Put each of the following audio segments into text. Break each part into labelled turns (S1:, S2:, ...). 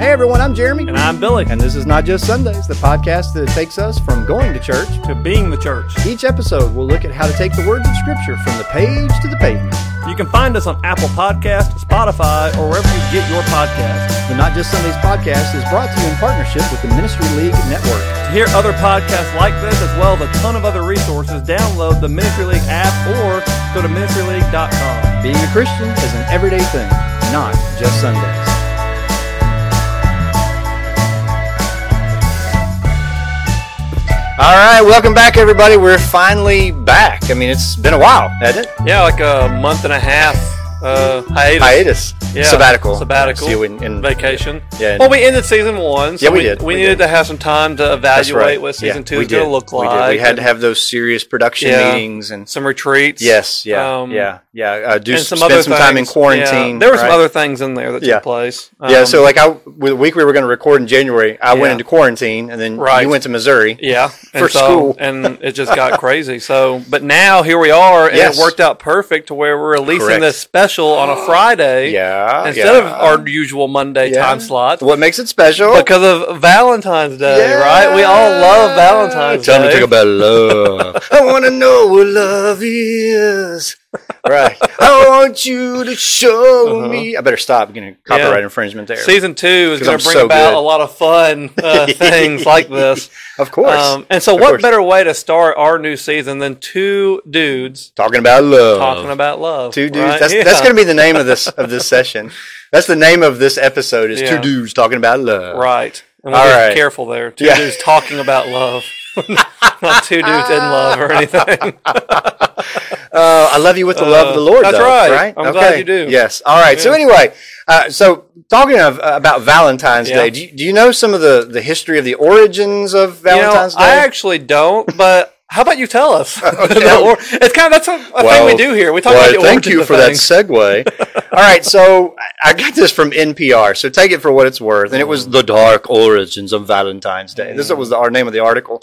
S1: everyone. I'm Jeremy.
S2: And I'm Billy.
S1: And this is Not Just Sundays, the podcast that takes us from going to church.
S2: to being the church.
S1: Each episode, we'll look at how to take the words of Scripture from the page to the pavement.
S2: You can find us on Apple Podcast, Spotify, or wherever you get your podcast.
S1: The Not Just Sundays podcast is brought to you in partnership with the Ministry League Network.
S2: To hear other podcasts like this, as well as a ton of other resources, download the Ministry League app or go to ministryleague.com.
S1: Being a Christian is an everyday thing, not just Sundays. All right, welcome back, everybody. We're finally back. I mean, it's been a while, hasn't it?
S2: Yeah, like a month and a half uh, hiatus.
S1: hiatus,
S2: Yeah,
S1: sabbatical,
S2: sabbatical,
S1: See you in, in-
S2: vacation.
S1: Yeah.
S2: Well, we ended season one. So
S1: Yeah, we did.
S2: We,
S1: We
S2: needed
S1: did.
S2: to have some time to
S1: That's
S2: evaluate
S1: right.
S2: what season
S1: Yeah,
S2: two
S1: we
S2: is going
S1: did.
S2: to look
S1: We
S2: like.
S1: did. We had
S2: and
S1: to have those serious production
S2: Yeah.
S1: meetings and
S2: some retreats.
S1: yes, yeah,
S2: um,
S1: yeah, yeah. Uh, do
S2: and
S1: s-
S2: some
S1: spend
S2: other
S1: some time in
S2: things.
S1: quarantine.
S2: Yeah. There were some
S1: right?
S2: other things in there that
S1: Yeah.
S2: took place.
S1: yeah,
S2: Um,
S1: so like I, with the week we were going to record in January, I
S2: Yeah.
S1: went into quarantine, and then
S2: Right.
S1: you went to Missouri.
S2: yeah,
S1: for
S2: and so,
S1: school.
S2: and it just got crazy. So, but now here we are, and
S1: Yes.
S2: it worked out perfect to where we're releasing
S1: Correct.
S2: this special on a Friday
S1: Yeah,
S2: instead
S1: yeah.
S2: of our usual Monday
S1: Yeah.
S2: time slot.
S1: What makes it special?
S2: Because of Valentine's Day,
S1: Yeah.
S2: right? We all love Valentine's
S1: Tell
S2: Day.
S1: me to think about love. I want to know what love is. Right. I want you to show
S2: Uh-huh.
S1: me. I better stop getting copyright infringement there.
S2: Season two is
S1: 'Cause
S2: going
S1: I'm
S2: to bring
S1: so
S2: about
S1: good.
S2: a lot of fun uh, things like this.
S1: of course.
S2: Um, and so,
S1: Of
S2: what
S1: course.
S2: better way to start our new season than two dudes
S1: talking about love.
S2: talking about love?
S1: Two dudes.
S2: right?
S1: That's,
S2: Yeah.
S1: that's going to be the name of this of this session. That's the name of this episode. Is
S2: Yeah.
S1: two dudes talking about love.
S2: Right. And we'll
S1: All
S2: be
S1: right.
S2: careful there. Two
S1: Yeah.
S2: dudes talking about love. Not two dudes in love or anything.
S1: Uh, I love you with the love of the Lord.
S2: Uh, that's
S1: though,
S2: right.
S1: right.
S2: I'm glad you do.
S1: Yes. All right. So
S2: Yeah.
S1: anyway, uh, so talking of, uh, about Valentine's
S2: Yeah.
S1: Day, do you, do you know some of the, the history of the origins of
S2: You know,
S1: Valentine's
S2: I
S1: Day?
S2: actually don't, but how about you tell us?
S1: okay.
S2: Or- it's kind of that's a, a
S1: Well,
S2: thing we do here. We talk about
S1: well,
S2: the
S1: thank
S2: origins
S1: you
S2: of
S1: for
S2: things.
S1: that segue. All right, so I- I got this from NPR, so take it for what it's worth. And it was the dark origins of Valentine's Day. This was the, our name of the article.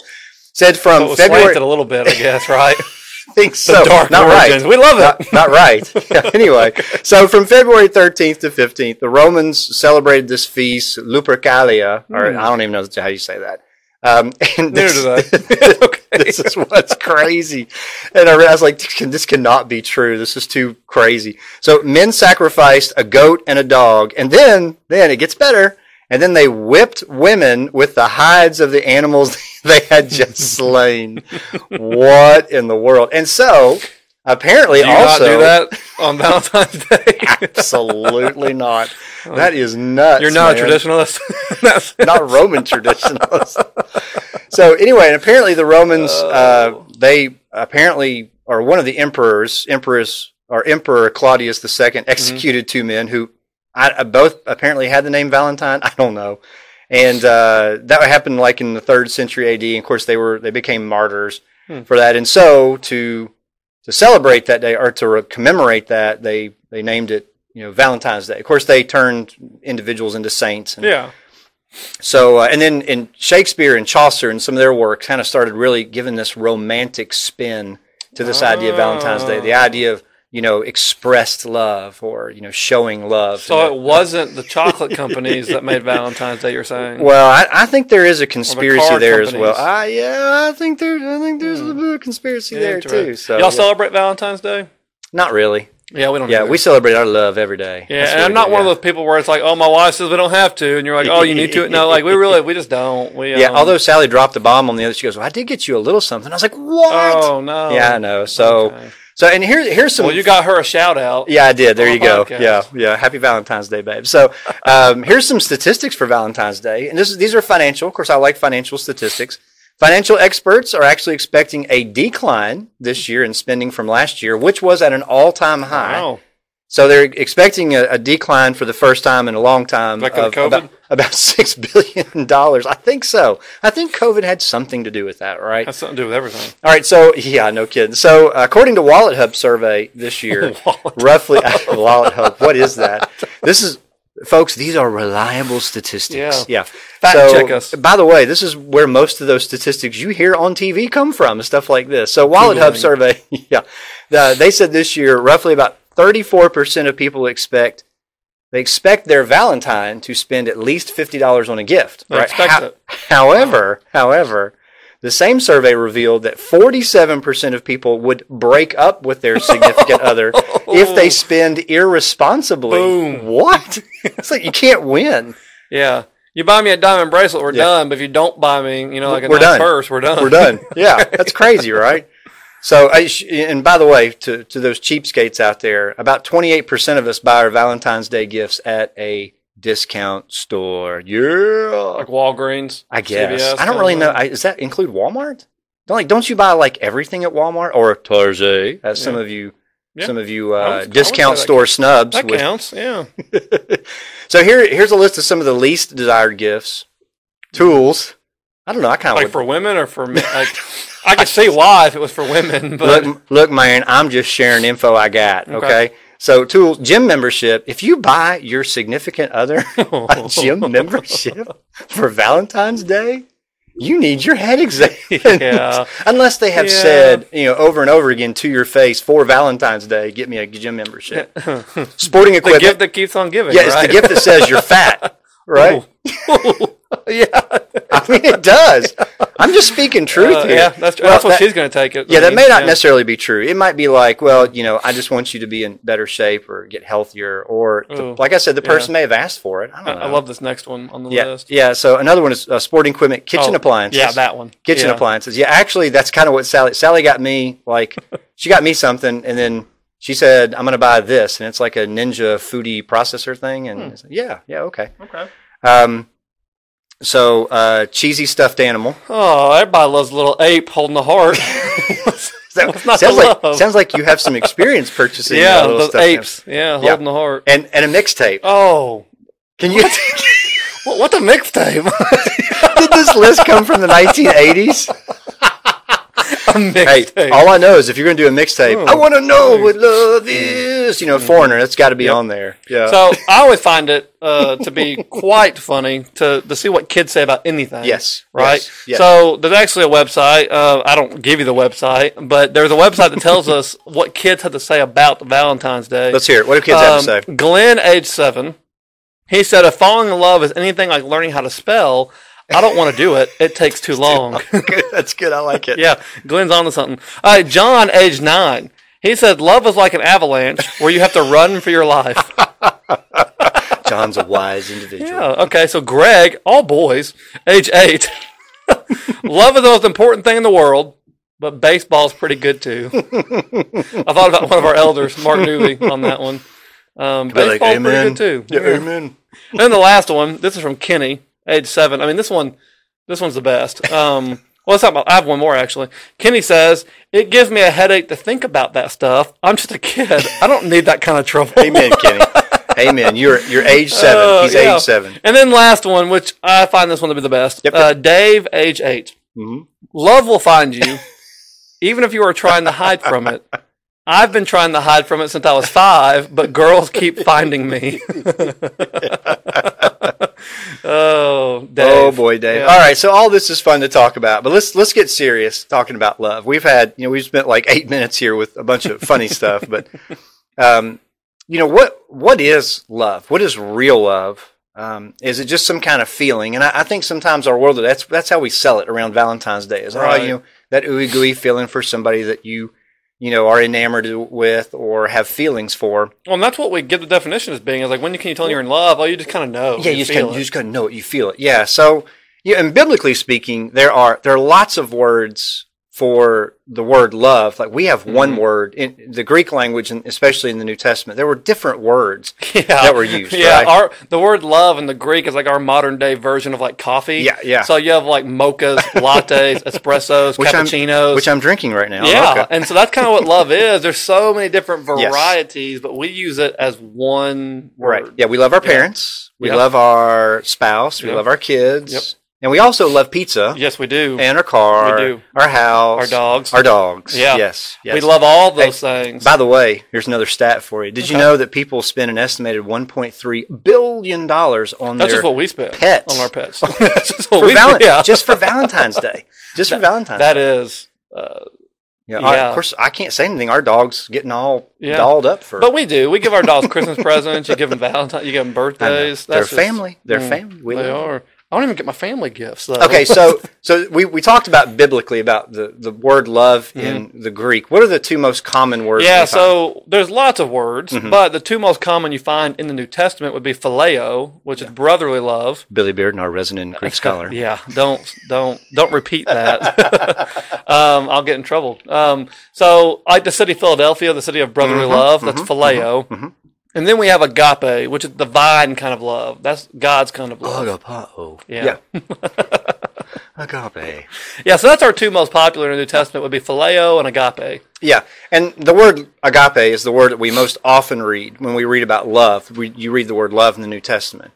S1: Said
S2: So it
S1: from
S2: was
S1: February.
S2: slanted a little bit, I guess, right?
S1: I think so.
S2: dark
S1: not
S2: origins.
S1: right.
S2: We love it.
S1: Not, not right. Yeah, anyway, so from February 13th to 15th, the Romans celebrated this feast, Lupercalia, or I don't even know how you say that. Um, and
S2: Hmm. Neither
S1: this,
S2: do I.
S1: this is what's crazy. And I was like, this, can, this cannot be true. This is too crazy. So men sacrificed a goat and a dog, and then then it gets better. And then they whipped women with the hides of the animals they had just slain. what in the world? And so apparently
S2: Do you
S1: also
S2: not do that on Valentine's Day?
S1: absolutely not. That is nuts.
S2: You're not
S1: man
S2: a traditionalist. That's-
S1: not Roman traditionalists. so anyway, and apparently the Romans, uh, they apparently are one of the emperors, emperors or Emperor Claudius II executed two men who I, uh, both apparently had the name Valentine. I don't know, and uh, that happened like in the third century AD. And of course, they were they became martyrs
S2: Hmm.
S1: for that, and so to to celebrate that day or to re- commemorate that, they they named it. You know Valentine's Day. Of course, they turned individuals into saints and
S2: yeah.
S1: so, uh, and then in Shakespeare and Chaucer and some of their work kind of started really giving this romantic spin to this idea of Valentine's Day,
S2: Ah.
S1: the idea of, you know, expressed love or, you know, showing love.
S2: So it wasn't the chocolate companies that made Valentine's Day. You're saying?
S1: well, I, I think there is a conspiracy
S2: card
S1: there as well.
S2: companies. Hmm.
S1: Ah, yeah, I think there's, I think there's a bit of conspiracy there too. So,
S2: Y'all
S1: yeah.
S2: celebrate Valentine's Day?
S1: not really.
S2: Yeah, we don't.
S1: Yeah,
S2: either.
S1: we celebrate our love every day.
S2: Yeah,
S1: That's
S2: and
S1: what
S2: I'm
S1: we
S2: not
S1: do,
S2: one of
S1: yeah.
S2: those people where it's like, oh, my wife says we don't have to, and you're like, oh, you need to. No, like we really, we just don't. We
S1: Yeah,
S2: um,
S1: although Sally dropped the bomb on the other, she goes, well, "I did get you a little something." I was like, "What?"
S2: Oh no.
S1: yeah, I know. So,
S2: Okay.
S1: so, and here, here's some.
S2: Well, you got her a shout out.
S1: Yeah, I did. There
S2: on
S1: you
S2: the
S1: go.
S2: podcast.
S1: Yeah, yeah. Happy Valentine's Day, babe. So um, here's some statistics for Valentine's Day, and this is, these are financial. Of course, I like financial statistics. Financial experts are actually expecting a decline this year in spending from last year, which was at an all-time high.
S2: Wow.
S1: So they're expecting a, a decline for the first time in a long time
S2: Like
S1: of
S2: 'cause of COVID?
S1: about, about six billion dollars. I think so. I think COVID had something to do with that, right?
S2: That's something to do with everything.
S1: All right, so yeah, no kidding. So according to Wallet Hub survey this year, roughly Wallet Hub, what is that? This is folks, these are reliable statistics. Yeah.
S2: Fact
S1: so,
S2: check us.
S1: By the way, this is where most of those statistics you hear on TV come from, stuff like this. So Wallet Hub
S2: Googling.
S1: survey, yeah. The- they said this year roughly about 34% of people expect They expect their Valentine to spend at least fifty dollars on a gift.
S2: They expect
S1: How-
S2: it.
S1: However, however, the same survey revealed that forty-seven percent of people would break up with their significant other if they spend irresponsibly.
S2: Boom.
S1: What? It's like you can't win.
S2: Yeah. You buy me a diamond bracelet, we're
S1: Yeah.
S2: done. But if you don't buy me, you know, like a
S1: We're
S2: nice
S1: done.
S2: purse, we're done.
S1: We're done. Yeah, that's crazy, right? So, I sh- and by the way, to, to those cheapskates out there, about 28% of us buy our Valentine's Day gifts at a discount store. Yeah.
S2: Like Walgreens.
S1: I guess.
S2: CVS,
S1: I don't really know.
S2: kinda.
S1: I, does that include Walmart? Don't like don't you buy like everything at Walmart or Target? As some
S2: Yeah.
S1: of you
S2: Yeah.
S1: some of you
S2: I would- I
S1: uh,
S2: would say
S1: discount
S2: that
S1: store snubs
S2: That
S1: would
S2: counts. Yeah.
S1: So here, here's a list of some of the least desired gifts, tools. I don't know. I kind
S2: Like
S1: of
S2: for women or for men. Like, I could see why if it was for women, but
S1: look, look, man. I'm just sharing info I got. Okay.
S2: Okay.
S1: So tools, gym membership. If you buy your significant other a gym membership for Valentine's Day, you need your head examined.
S2: Yeah.
S1: Unless they have
S2: Yeah.
S1: said, you know, over and over again to your face for Valentine's Day, get me a gym membership. Sporting
S2: the
S1: equipment.
S2: gift that keeps on giving.
S1: yeah, it's
S2: right? Uh,
S1: the gift that says you're fat. Right?
S2: yeah.
S1: I mean, it does. I'm just speaking truth
S2: Uh,
S1: here.
S2: yeah, that's,
S1: Well,
S2: that's what
S1: that-
S2: she's going to take it.
S1: Yeah,
S2: I
S1: that
S2: mean,
S1: may not
S2: yeah.
S1: necessarily be true. It might be like, well, you know, I just want you to be in better shape or get healthier, or the,
S2: Ooh,
S1: like I said, the
S2: yeah. Uh,
S1: person may have asked for it. I
S2: I,
S1: don't know.
S2: I love this next one on the
S1: yeah,
S2: list.
S1: yeah. So another one is uh, sporting equipment, kitchen
S2: Oh,
S1: appliances.
S2: Yeah, that one.
S1: kitchen
S2: yeah.
S1: appliances. Yeah, actually, that's kind of what Sally. Sally got me like she got me something, and then she said, "I'm going to buy this," and it's like a Ninja foodie processor thing.
S2: Hmm.
S1: And it's- yeah, yeah, okay.
S2: Okay.
S1: Um, so uh, cheesy stuffed animal.
S2: Oh, everybody loves a little ape holding the heart.
S1: That-
S2: What's not
S1: sounds
S2: to
S1: like
S2: love?
S1: sounds like you have some experience purchasing.
S2: yeah,
S1: uh, little
S2: those
S1: stuffed
S2: apes. Yeah, holding the heart.
S1: animals. and and a mixtape.
S2: Oh,
S1: Can you?
S2: what, what a mixtape!
S1: did this list come from the 1980s?
S2: a
S1: Hey,
S2: mixtape.
S1: all I know is if you're going to do a mixtape,
S2: Oh,
S1: I want to know
S2: please.
S1: what love is. You know, foreigner. That's got to be on there. Yeah.
S2: Hmm. so I always find it uh, to be quite funny to, to see what kids say about anything.
S1: Yes,
S2: Right?
S1: yes, yes.
S2: So there's actually a website. Uh, I don't give you the website, but there's a website that tells us what kids have to say about Valentine's Day.
S1: Let's hear it. What do kids have to
S2: Um,
S1: say?
S2: Glenn, age seven, he said, "If falling in love is anything like learning how to spell, I don't want to do it. It takes too long."
S1: Good, That's good. I like it.
S2: um, yeah, Glenn's on to something. All right, John, age nine, he said, "Love is like an avalanche where you have to run for your life."
S1: John's a wise individual.
S2: yeah. Oh, Okay, so Greg, all boys, age eight, love is the most important thing in the world. But baseball's pretty good too. I thought about one of our elders, Mark Newley, on that one. Um,
S1: Be like,
S2: baseball's pretty
S1: amen.
S2: good too.
S1: Yeah,
S2: Yeah.
S1: amen.
S2: And then the last one. This is from Kenny, age seven. I mean, this one, this one's the best. Um, well, it's not my, I have one more actually. Kenny says it gives me a headache to think about that stuff. I'm just a kid. I don't need that kind of trouble.
S1: Amen, Kenny. Amen. You're you're age seven.
S2: Uh,
S1: He's
S2: yeah.
S1: age seven.
S2: And then last one, which I find this one to be the best.
S1: Yep.
S2: Uh, Dave, age 8
S1: Mhm.
S2: Love will find you, even if you are trying to hide from it. I've been trying to hide from it since I was five, but girls keep finding me. oh, Dave.
S1: Oh boy, Dave.
S2: Yeah.
S1: All right, so all this is fun to talk about, but let's let's get serious talking about love. We've had you know we've spent like eight minutes here with a bunch of funny stuff, but um, you know what what is love? What is real love? Um, is it just some kind of feeling? And I, I think sometimes our world that's that's how we sell it around Valentine's Day is oh
S2: Right.
S1: you know that ooey gooey feeling for somebody that you you know are enamored with or have feelings for.
S2: Well, and that's what we give the definition as being is like when you can you tell you're in love? Oh, you just kind of know.
S1: Yeah, you just
S2: feel
S1: kind of,
S2: it.
S1: you just kind of know it. You feel it. Yeah. So, yeah, and biblically speaking, there are there are lots of words for the word love. Like we have one
S2: Mm-hmm.
S1: word in the Greek language, and especially in the New Testament, there were different words
S2: yeah.
S1: that were used.
S2: Yeah,
S1: right?
S2: our the word love in the Greek is like our modern day version of like coffee.
S1: Yeah, yeah.
S2: So you have like mochas, lattes, espressos,
S1: Which I'm-
S2: cappuccinos.
S1: which I'm drinking right now.
S2: yeah,
S1: Okay.
S2: and so that's kind of what love is. There's so many different
S1: Yes.
S2: varieties, but we use it as one
S1: Right.
S2: word.
S1: Yeah, we love our parents. We
S2: Yeah.
S1: love our spouse. We
S2: Yeah.
S1: love our kids.
S2: Yep.
S1: And we also love pizza
S2: Yes, we do.
S1: and our car,
S2: We do.
S1: our house,
S2: Our dogs.
S1: our dogs.
S2: Yeah.
S1: Yes. yes.
S2: We love all those things.
S1: By the way, here's another stat for you. Did you know that people spend an estimated 1.3 billion dollars on
S2: That's
S1: their
S2: just what we spend
S1: pets.
S2: on our pets. That's just what
S1: for
S2: we
S1: Valen-
S2: spend. Yeah.
S1: just for Valentine's Day, just for Valentine's.
S2: That is uh,
S1: Yeah, I-
S2: Yeah.
S1: of course, I can't say anything. Our dog's getting all
S2: Yeah.
S1: dolled up for.
S2: But we do. We give our dogs Christmas presents. You give them Valentine. You give them
S1: I know.
S2: birthdays.
S1: They're
S2: just-
S1: family. They're
S2: Mm,
S1: family. We
S2: they
S1: love
S2: are. I don't even get my family gifts. Though.
S1: Okay, so so we, we talked about biblically about the, the word love in the Greek. What are the two most common words?
S2: Mm-hmm. Yeah,
S1: we find?
S2: so there's lots of words, but the two most common you find in the New Testament would be phileo, which is brotherly love.
S1: Billy Bearden, our resident Greek scholar.
S2: Yeah, don't don't don't repeat that. um, I'll get in trouble. Um, so, like the city of Philadelphia, the city of brotherly love, that's phileo, and then we have agape, which is divine kind of love. That's God's kind of love.
S1: Agapao.
S2: Yeah.
S1: yeah. Agape.
S2: Yeah, so that's our two most popular in the New Testament would be phileo and agape.
S1: Yeah, and the word agape is the word that we most often read when we read about love. We, you read the word love in the New Testament.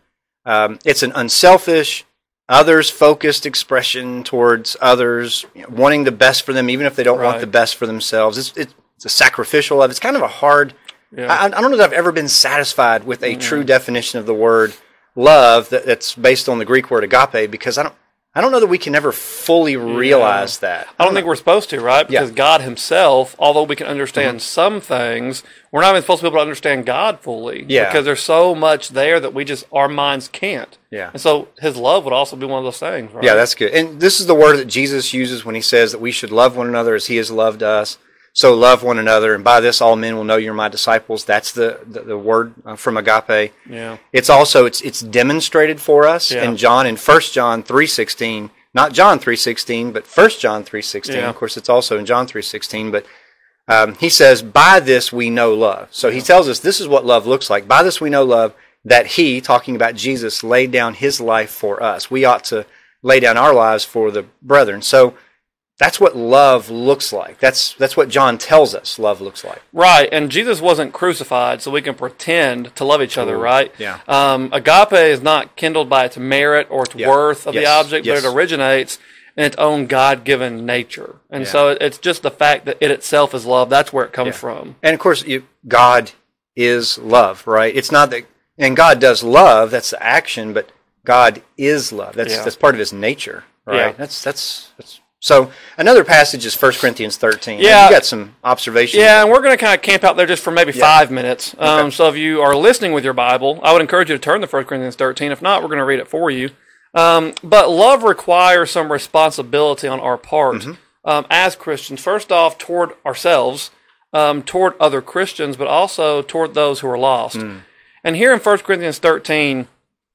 S1: Um, it's an unselfish, others-focused expression towards others, you know, wanting the best for them, even if they don't want
S2: Right.
S1: the best for themselves. It's, it's, it's a sacrificial love. It's kind of a hard.
S2: Yeah.
S1: I, I don't know that I've ever been satisfied with a true definition of the word love that, that's based on the Greek word agape, because I don't. I don't know that we can ever fully realize that.
S2: I don't think we're supposed to, right? Because God Himself, although we can understand
S1: Mm-hmm.
S2: some things, we're not even supposed to be able to understand God fully.
S1: Yeah.
S2: Because there's so much there that we just, our minds can't.
S1: Yeah.
S2: And so His love would also be one of those things, right?
S1: Yeah, that's good. And this is the word that Jesus uses when he says that we should love one another as he has loved us. So love one another, and by this all men will know you're my disciples. That's the the, the word uh, from agape.
S2: Yeah.
S1: It's also it's it's demonstrated for us
S2: Yeah.
S1: in John in 1 John 3:16, not John 3:16, but 1 John 3:16.
S2: Yeah.
S1: Of course, it's also in John 3:16, but um, he says, "By this we know love." So he tells us this is what love looks like. By this we know love that he, talking about Jesus, laid down his life for us. We ought to lay down our lives for the brethren. So that's what love looks like. That's that's what John tells us love looks like.
S2: Right, and Jesus wasn't crucified, so we can pretend to love each other, right?
S1: yeah.
S2: Um, agape is not kindled by its merit or its worth of the
S1: yes,
S2: object,
S1: yes.
S2: but it originates in its own God-given nature, and
S1: Yeah.
S2: so it- it's just the fact that it itself is love. That's where it comes from.
S1: And of course, you, God is love, right? It's not that, and God does love. That's the action, but God is love. That's
S2: Yeah.
S1: that's part of His nature, right?
S2: Yeah.
S1: That's, that's that's so. Another passage is 1 Corinthians thirteen. Now,
S2: Yeah.
S1: you got some observations.
S2: Yeah, and we're going to kind of camp out there just for maybe five minutes. Um, So if you are listening with your Bible, I would encourage you to turn to 1 Corinthians 13. If not, we're going to read it for you. Um, but love requires some responsibility on our part um, as Christians. First off, toward ourselves, um, toward other Christians, but also toward those who are lost. And here in 1 Corinthians 13,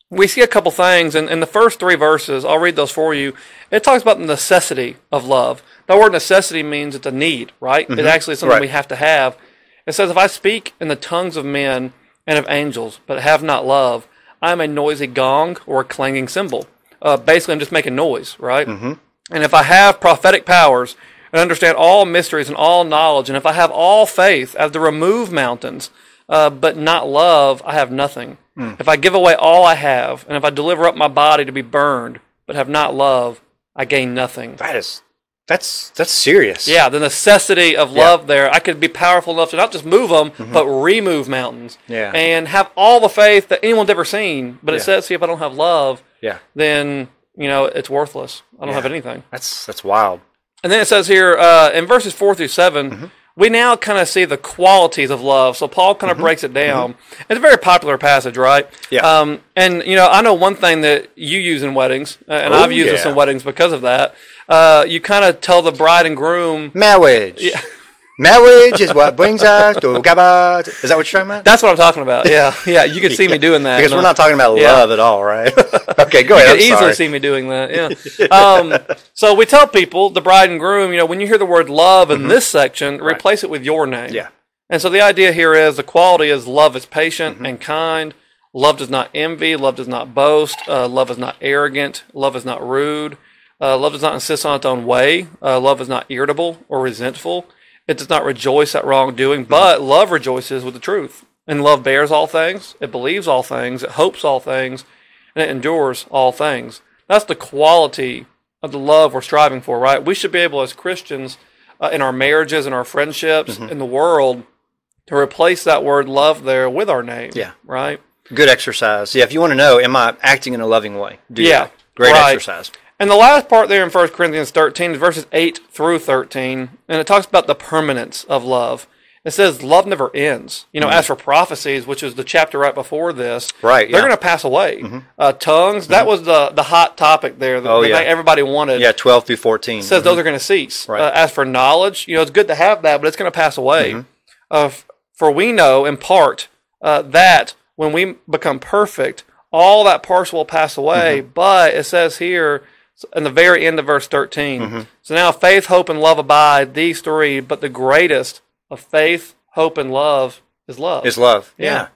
S2: we see a couple things, and in the first three verses, I'll read those for you. It talks about the necessity of love. The word necessity means it's a need, right? It's actually something
S1: Right.
S2: we have to have. It says, If I speak in the tongues of men and of angels, but have not love, I am a noisy gong or a clanging cymbal. Uh, basically, I'm just making noise, right? Mm-hmm. And if I have prophetic powers and understand all mysteries and all knowledge, and if I have all faith as to remove mountains, uh, but not love, I have nothing.
S1: Hmm.
S2: If I give away all I have, and if I deliver up my body to be burned, but have not love, I gain nothing.
S1: that is that's that's serious.
S2: Yeah, the necessity of love there. I could be powerful enough to not just move them, but remove mountains.
S1: Mm-hmm. Yeah.
S2: And have all the faith that anyone's ever seen. But it says, see, if I don't have love,
S1: yeah,
S2: then, you know, it's worthless. I don't have
S1: Yeah.
S2: anything.
S1: that's that's wild.
S2: And then it says here uh, in verses four through 7
S1: Mm-hmm.
S2: we now kind of see the qualities of love. So Paul kind of breaks it down. It's a very popular passage, right?
S1: Mm-hmm. Yeah.
S2: Um, and you know, I know one thing that you use in weddings, uh, and
S1: Oh,
S2: I've used this
S1: yeah.
S2: in weddings because of that. Uh, you kind of tell the bride and groom.
S1: Marriage. Yeah. Marriage is what brings us to God. Is that what you're talking about?
S2: That's what I'm talking about. Yeah, yeah. You could see me doing that
S1: because
S2: And
S1: we're
S2: I'm-
S1: not talking about
S2: Yeah.
S1: love at all, right? okay, go ahead. I'm
S2: You could easily
S1: sorry.
S2: see me doing that. Yeah. Um, so we tell people, the bride and groom, you know, when you hear the word love in this section, replace it with your name.
S1: Mm-hmm. Yeah.
S2: And so the idea here is the quality is love is patient and kind. Love does not envy. Love does not boast. Uh, love is not arrogant. Love is not rude. Uh, love does not insist on its own way. Uh, love is not irritable or resentful. It does not rejoice at wrongdoing, but love rejoices with the truth. And love bears all things. It believes all things. It hopes all things and it endures all things. That's the quality of the love we're striving for, right? We should be able, as Christians, uh, in our marriages, in our friendships, in the world, to replace that word love there with our name.
S1: Yeah.
S2: Right?
S1: Good exercise. Yeah, if you want to know, am I acting in a loving way? Do
S2: Yeah,
S1: that. Great
S2: right.
S1: exercise.
S2: And the last part there in 1 Corinthians 13, verses 8 through 13, and it talks about the permanence of love. It says, Love never ends. You know, as for prophecies, which is the chapter right before this,
S1: Mm-hmm. Right,
S2: they're
S1: yeah. Mm-hmm.
S2: going to pass away. Uh, tongues, that was the, the hot topic there that,
S1: Oh,
S2: that
S1: yeah.
S2: everybody wanted.
S1: Yeah, 12 through 14.
S2: says those are going to cease.
S1: Mm-hmm. Right. Mm-hmm.
S2: Uh, as for knowledge, you know, it's good to have that, but it's going to pass away. Uh, f- for we know in part uh, that when we become perfect, all that parcel will pass away.
S1: Mm-hmm.
S2: But it says here s- in the very end of verse 13
S1: Mm-hmm.
S2: so now faith, hope, and love abide, these three, but the greatest of faith, hope, and love is love.
S1: is love.
S2: Yeah.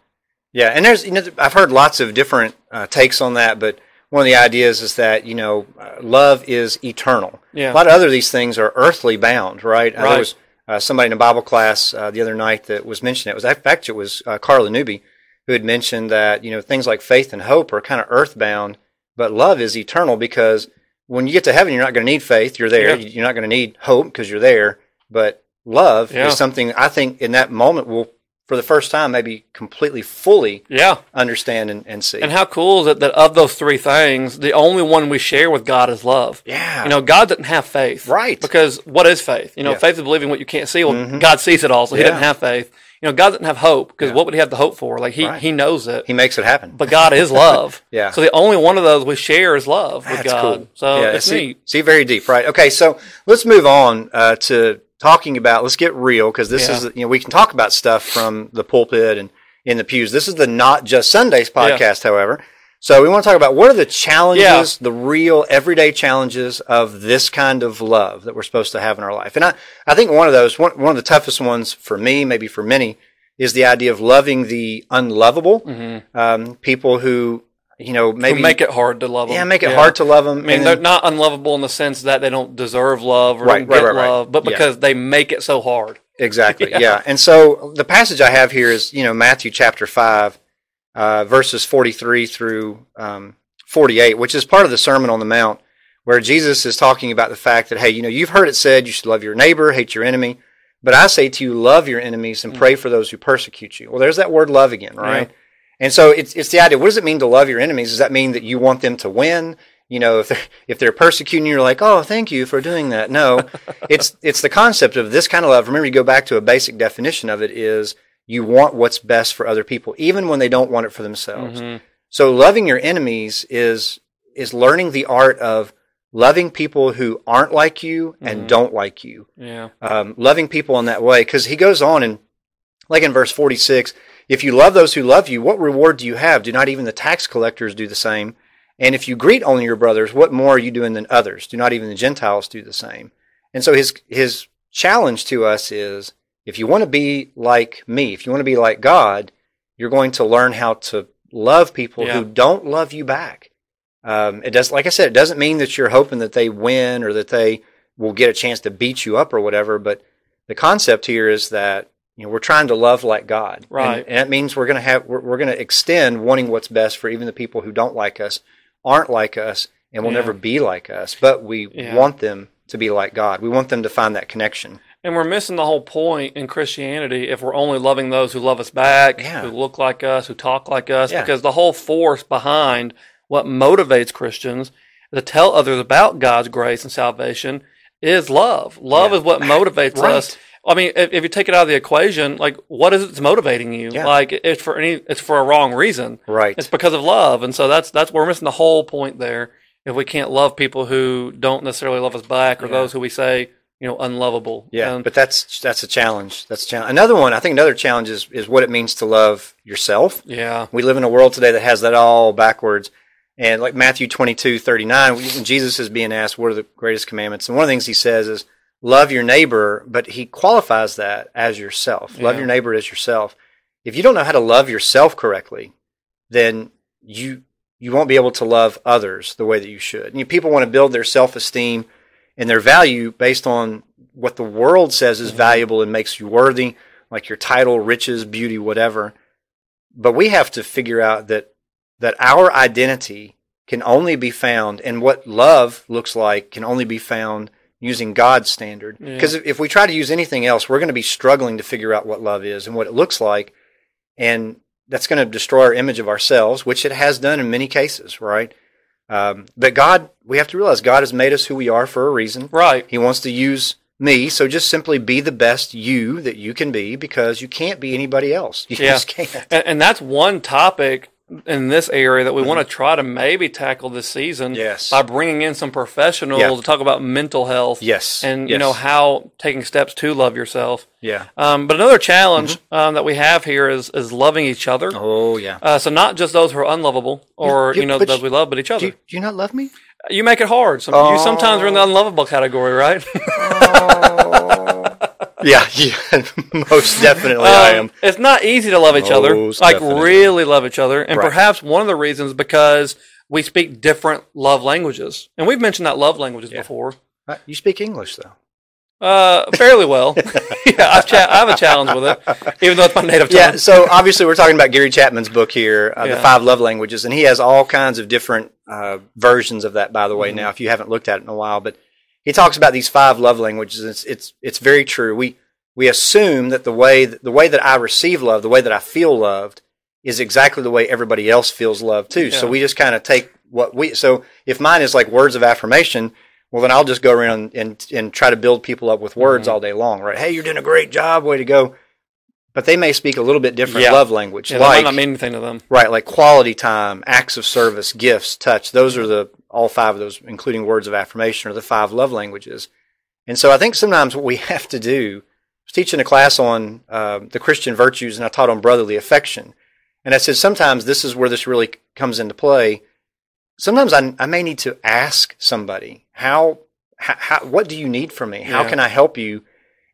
S1: Yeah. yeah, And there's, you know, I've heard lots of different uh, takes on that, but one of the ideas is that you know, uh, love is eternal.
S2: Yeah.
S1: A lot of other these things are earthly bound, right? Uh,
S2: Right.
S1: there was uh, somebody in a Bible class uh, the other night that was mentioning it. Was in fact it was uh, Carla Newby who had mentioned that you know things like faith and hope are kind of earthbound, but love is eternal because when you get to heaven, you're not going to need faith. You're there.
S2: Yeah.
S1: You're not going to need hope because you're there. But love
S2: Yeah.
S1: is something I think in that moment will, for the first time, maybe completely, fully
S2: yeah.
S1: understand and, and see.
S2: And how cool is it that of those three things, the only one we share with God is love?
S1: yeah.
S2: You know, God didn't have faith.
S1: Right.
S2: Because what is faith? You know,
S1: Yeah. Mm-hmm.
S2: faith is believing what you can't see. Well, God sees it all, so he
S1: Yeah.
S2: didn't have faith. You know, God didn't have hope because what would he have to hope for? Like he,
S1: Right.
S2: he knows it.
S1: he makes it happen.
S2: but God is love.
S1: Yeah.
S2: So the only one of those we share is love with God. So it's
S1: see,
S2: neat.
S1: see, very deep, right? Okay, so let's move on uh, to talking about. Let's get real because this
S2: Yeah.
S1: is you know we can talk about stuff from the pulpit and in the pews. This is the not just Sundays podcast, however. So we want to talk about what are the challenges,
S2: Yeah.
S1: the real everyday challenges of this kind of love that we're supposed to have in our life. And I, I think one of those, one, one of the toughest ones for me, maybe for many, is the idea of loving the unlovable, um, people who, you know,
S2: We
S1: maybe
S2: Mm-hmm. make it hard to love them.
S1: yeah, make it hard to love them.
S2: I mean, they're not unlovable in the sense that they don't deserve love or
S1: Right,
S2: don't
S1: right,
S2: get
S1: right, right.
S2: love, but
S1: Yeah.
S2: because they make it so hard.
S1: Exactly. Yeah. And so the passage I have here is, you know, Matthew chapter 5, uh, verses 43 through um, 48, which is part of the Sermon on the Mount, where Jesus is talking about the fact that, hey, you know, you've heard it said you should love your neighbor, hate your enemy. But I say to you, love your enemies and pray for those who persecute you. Well, there's that word love again, right? And so it's, it's the idea. What does it mean to love your enemies? Does that mean that you want them to win? You know, if they're, if they're persecuting you, you're like, oh, thank you for doing that. No, it's, it's the concept of this kind of love. Remember, you go back to a basic definition of it is you want what's best for other people, even when they don't want it for themselves. So loving your enemies is, is learning the art of loving people who aren't like you and don't like you
S2: Yeah.
S1: um, loving people in that way. Because he goes on and, like in verse 46, if you love those who love you, what reward do you have? Do not even the tax collectors do the same? And if you greet only your brothers, what more are you doing than others? Do not even the Gentiles do the same? And so his his challenge to us is if you want to be like me, if you want to be like God, you're going to learn how to love people
S2: Yeah.
S1: who don't love you back. Um, it does, like I said, it doesn't mean that you're hoping that they win or that they will get a chance to beat you up or whatever. But the concept here is that you know we're trying to love like God, And-
S2: Right.
S1: And, that means we're gonna have we're, we're gonna extend wanting what's best for even the people who don't like us, aren't like us, and will
S2: Yeah.
S1: never be like us. But we
S2: Yeah.
S1: want them to be like God. We want them to find that connection.
S2: And we're missing the whole point in Christianity if we're only loving those who love us back,
S1: Yeah.
S2: who look like us, who talk like us,
S1: Yeah.
S2: because the whole force behind what motivates Christians to tell others about God's grace and salvation is love. Love
S1: Yeah.
S2: is what motivates
S1: Right.
S2: us. I mean, if, if you take it out of the equation, like what is it that's motivating you?
S1: Yeah.
S2: Like it's for any, it's for a wrong reason.
S1: Right.
S2: It's because of love, and so that's that's we're missing the whole point there. If we can't love people who don't necessarily love us back, or
S1: Yeah.
S2: those who we say you know unlovable,
S1: Yeah,
S2: And-
S1: but that's that's a challenge. That's a challenge. Another one. I think another challenge is is what it means to love yourself.
S2: yeah,
S1: We live in a world today that has that all backwards. And like Matthew 22, 39, when Jesus is being asked, what are the greatest commandments? And one of the things he says is, love your neighbor, but he qualifies that as yourself. Love
S2: Yeah.
S1: your neighbor as yourself. If you don't know how to love yourself correctly, then you you won't be able to love others the way that you should. And you, people want to build their self esteem and their value based on what the world says is valuable and makes you worthy, like your title, riches, beauty, whatever. But we have to figure out that that our identity can only be found and what love looks like can only be found using God's standard.
S2: Yeah.
S1: Because if we try to use anything else, we're going to be struggling to figure out what love is and what it looks like. And that's going to destroy our image of ourselves, which it has done in many cases, right? Um, but God, we have to realize God has made us who we are for a reason.
S2: Right.
S1: He wants to use me. So just simply be the best you that you can be because you can't be anybody else. You
S2: Yeah.
S1: just can't.
S2: And, and that's one topic in this area that we want to try to maybe tackle this season
S1: Mm-hmm. Yes.
S2: by bringing in some professionals
S1: Yeah.
S2: to talk about mental health
S1: Yes.
S2: and you
S1: Yes.
S2: know how taking steps to love yourself.
S1: Yeah.
S2: Um, but another challenge um, that we have here is is loving each other.
S1: Mm-hmm. Oh, yeah.
S2: Uh, so not just those who are unlovable or
S1: You-
S2: you know
S1: but
S2: those
S1: you-
S2: we love, but each
S1: Do
S2: other.
S1: you,
S2: You,
S1: do you not love me?
S2: make it hard. Some, You sometimes are
S1: Oh.
S2: in the unlovable category, right? Oh.
S1: yeah. Yeah. Most definitely I
S2: Um,
S1: am.
S2: It's not easy to love each other,
S1: Most
S2: like
S1: definitely.
S2: really love each other, and
S1: Right.
S2: perhaps one of the reasons because we speak different love languages, and we've mentioned that love languages before.
S1: Uh, You speak English, though.
S2: Uh, fairly well. yeah, I've cha- I have a challenge with it, even though it's my native tongue.
S1: Yeah, so obviously we're talking about Gary Chapman's book here, uh,
S2: Yeah.
S1: The Five Love Languages, and he has all kinds of different uh, versions of that, by the way,
S2: Mm-hmm.
S1: now, if you haven't looked at it in a while. But he talks about these five love languages. It's, it's, it's very true. We, we assume that the way, the way that I receive love, the way that I feel loved, is exactly the way everybody else feels loved, too. So
S2: Yeah.
S1: we just kind of take what we, so if mine is like words of affirmation, well, then I'll just go around and, and try to build people up with words
S2: Mm-hmm.
S1: all day long, right? Hey, you're doing a great job. Way to go but they may speak a little bit different
S2: Yeah.
S1: love language,
S2: Yeah, that might
S1: like
S2: not mean anything to them.
S1: right, like quality time, acts of service, gifts, touch. Those are the all five of those, including words of affirmation, are the five love languages. And so I think sometimes what we have to do. I was teaching a class on uh, the Christian virtues, and I taught on brotherly affection. And I said sometimes this is where this really comes into play. Sometimes I, I may need to ask somebody how, how, how what do you need from me? How
S2: Yeah.
S1: can I help you?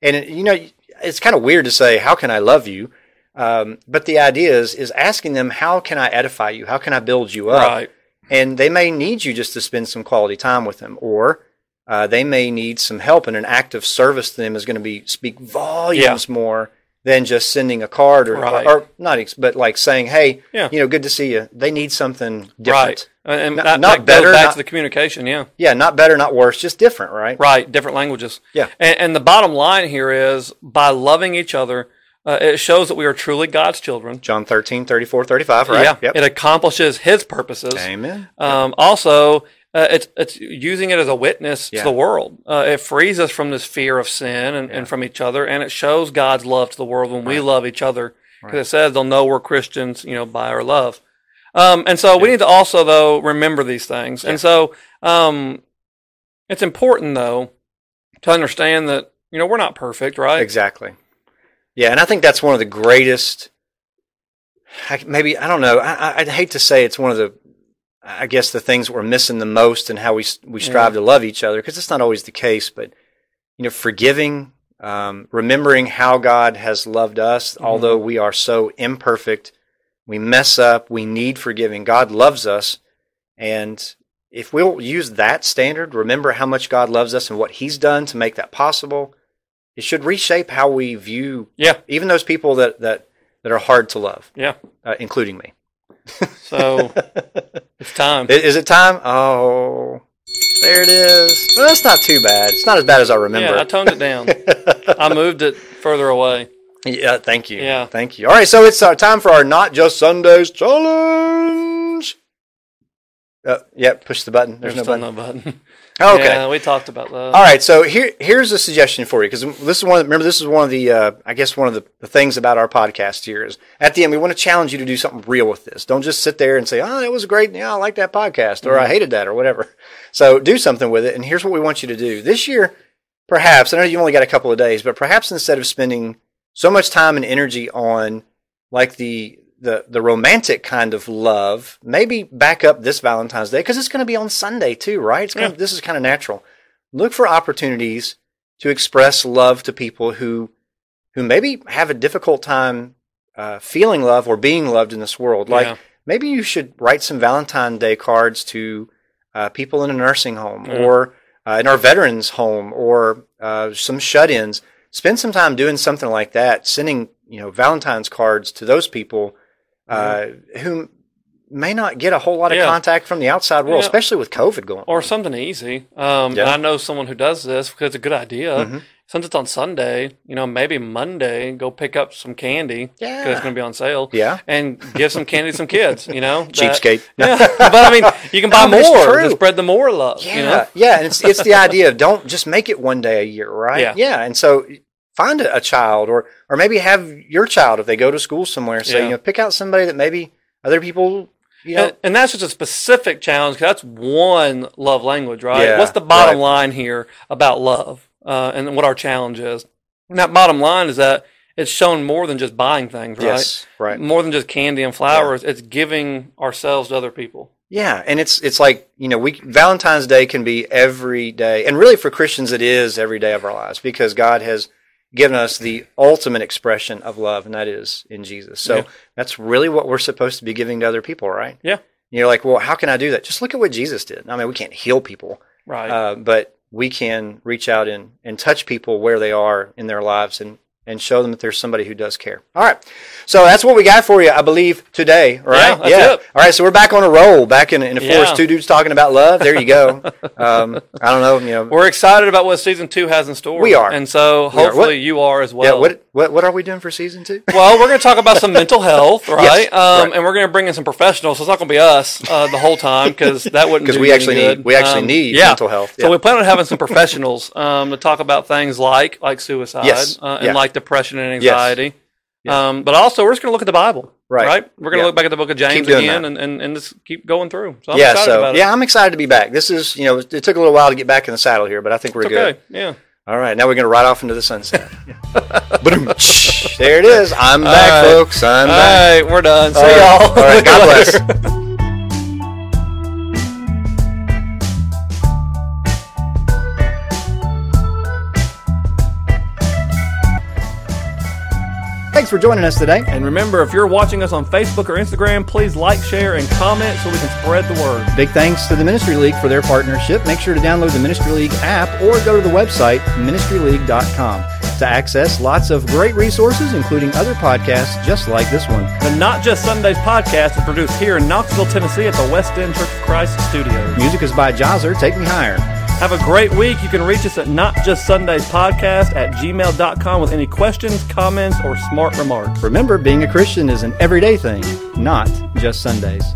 S1: And it- you know, it's kind of weird to say how can I love you, um, but the idea is is asking them how can I edify you? How can I build you up?
S2: Right.
S1: and they may need you just to spend some quality time with them, or uh, they may need some help. And an act of service to them is going to be speak volumes more than just sending a card or,
S2: Right.
S1: or, not, ex- but like saying, "Hey,
S2: Yeah.
S1: you know, good to see you." They need something different.
S2: Right. And, and
S1: Not-
S2: that,
S1: not
S2: that goes
S1: better,
S2: back
S1: not-
S2: to the communication. Yeah.
S1: Yeah, not better, not worse, just different, right?
S2: Right, different languages.
S1: Yeah.
S2: And, and the bottom line here is by loving each other, uh, it shows that we are truly God's children.
S1: John 13, 34, 35, right?
S2: Yeah.
S1: Yep.
S2: It accomplishes His purposes.
S1: Amen.
S2: Um, also, uh, it's it's using it as a witness
S1: Yeah.
S2: to the world. Uh, it frees us from this fear of sin and, and from each other, and it shows God's love to the world when we love each other. Because it says they'll know we're Christians, you know, by our love. Um, and so we need to also though remember these things. And so um, it's important though to understand that you know we're not perfect, right?
S1: Exactly. Yeah, and I think that's one of the greatest. I, maybe I don't know. I, I- I'd hate to say it's one of the, I guess the things we're missing the most, and how we s- we strive to love each other because it's not always the case. But you know, forgiving, um, remembering how God has loved us,
S2: Mm-hmm.
S1: although we are so imperfect, we mess up, we need forgiving. God loves us, and if we'll use that standard, remember how much God loves us and what He's done to make that possible, it should reshape how we view
S2: Yeah,
S1: even those people that that that are hard to love,
S2: yeah.
S1: uh, including me.
S2: So it's time.
S1: I- Is it time? Oh, there it is. Well, that's not too bad. It's not as bad as I remember.
S2: Yeah, I toned it down. I moved it further away.
S1: Yeah, thank you.
S2: Yeah.
S1: Thank you. All right, so it's our time for our Not Just Sundays challenge. Uh, yeah, push the button. There's,
S2: There's,
S1: no
S2: still
S1: button.
S2: no button.
S1: Okay. Uh,
S2: Yeah, we talked about that.
S1: All right, so here here's a suggestion for you because this is one. Of, remember, this is one of the uh, I guess one of the, the things about our podcast here is at the end we want to challenge you to do something real with this. Don't just sit there and say, "Oh, that was great. Yeah, I like that podcast," or "I hated that," or whatever. So do something with it. And here's what we want you to do this year. Perhaps I know you've only got a couple of days, but perhaps instead of spending so much time and energy on like the the the romantic kind of love, maybe back up this Valentine's Day because it's going to be on Sunday too, right? It's gonna, this is kind of natural look for opportunities to express love to people who who maybe have a difficult time uh, feeling love or being loved in this world. Like
S2: Yeah.
S1: maybe you should write some Valentine's Day cards to uh, people in a nursing home
S2: Yeah.
S1: or uh, in our veterans home or uh, some shut-ins. Spend some time doing something like that, sending you know Valentine's cards to those people uh, who may not get a whole lot of
S2: Yeah.
S1: contact from the outside world,
S2: Yeah.
S1: especially with COVID going.
S2: or
S1: on.
S2: something easy.
S1: Yeah.
S2: Um,
S1: Mm-hmm.
S2: And I know someone who does this because it's a good idea. since it's on Sunday, you know, maybe Monday, go pick up some candy because it's
S1: Yeah.
S2: going to be on sale.
S1: Yeah.
S2: And give some candy to some kids, you know? that-
S1: Cheapskate.
S2: Yeah, but I mean, you can buy
S1: No, but it's
S2: more
S1: true.
S2: to spread the more love.
S1: Yeah,
S2: You know?
S1: yeah, and it's it's the idea of don't just make it one day a year, right?
S2: Yeah.
S1: and so find a, a child, or or maybe have your child if they go to school somewhere. So
S2: Yeah. Uh,
S1: you know, pick out somebody that maybe other people, you know,
S2: And, and that's just a specific challenge 'cause that's one love language, right?
S1: Yeah,
S2: What's the bottom
S1: right.
S2: line here about love uh, and what our challenge is? And that bottom line is that it's shown more than just buying things, right?
S1: yes, right,
S2: More than just candy and flowers, it's giving ourselves to other people.
S1: yeah, and it's it's like you know, we Valentine's Day can be every day, and really for Christians, it is every day of our lives because God has given us the ultimate expression of love, and that is in Jesus. So
S2: Yeah.
S1: that's really what we're supposed to be giving to other people, right?
S2: Yeah.
S1: And you're like, well, how can I do that? Just look at what Jesus did. I mean, we can't heal people.
S2: Right.
S1: uh, but we can reach out and, and touch people where they are in their lives and, and show them that there's somebody who does care. All right. So that's what we got for you, I believe, today, right?
S2: Yeah, that's it.
S1: All right. So we're back on a roll, back in, in a forest.
S2: Yeah.
S1: Two dudes talking about love. There you go. um, I don't know. You know,
S2: We're excited about what season two has in store.
S1: We are.
S2: And
S1: are.
S2: so
S1: What-
S2: hopefully you are as well.
S1: yeah, what, what, what are we doing for season two?
S2: Well, we're going to talk about some mental health, right?
S1: Yes,
S2: um,
S1: right.
S2: And we're going to bring in some professionals. So it's not going to be us uh, the whole time because that wouldn't
S1: Because
S2: do
S1: we
S2: you any
S1: actually
S2: good.
S1: need, we actually
S2: Um,
S1: need
S2: yeah.
S1: mental health.
S2: So
S1: Yeah.
S2: we plan on having some professionals um, to talk about things like like suicide
S1: Yes,
S2: uh, and
S1: yeah.
S2: like depression and
S1: Yes,
S2: anxiety.
S1: yes.
S2: Um, but also, we're just going to look at the Bible,
S1: Right.
S2: We're going to
S1: Yeah.
S2: look back at the book of James
S1: doing
S2: again
S1: that.
S2: and, and, and just keep going through. So I'm
S1: yeah,
S2: excited
S1: so
S2: about it.
S1: yeah, I'm excited to be back. This is, you know, it took a little while to get back in the saddle here, but I think we're
S2: It's
S1: good.
S2: okay. Yeah.
S1: All right, now we're going to ride off into the sunset. Boom. there it is. I'm back,
S2: right.
S1: folks. I'm
S2: All
S1: back.
S2: right, we're done. See y'all.
S1: All right, God bless. Thanks for joining us today.
S2: And remember, if you're watching us on Facebook or Instagram, please like, share, and comment so we can spread the word.
S1: Big thanks to the Ministry League for their partnership. Make sure to download the Ministry League app or go to the website ministryleague.com to access lots of great resources, including other podcasts just like this one.
S2: The Not Just Sundays podcast is produced here in Knoxville, Tennessee at the West End Church of Christ Studios.
S1: Music is by Jazzer. Take me higher.
S2: Have a great week. You can reach us at Not Just Sundays podcast at gmail.com with any questions, comments, or smart remarks.
S1: Remember, being a Christian is an everyday thing, not just Sundays.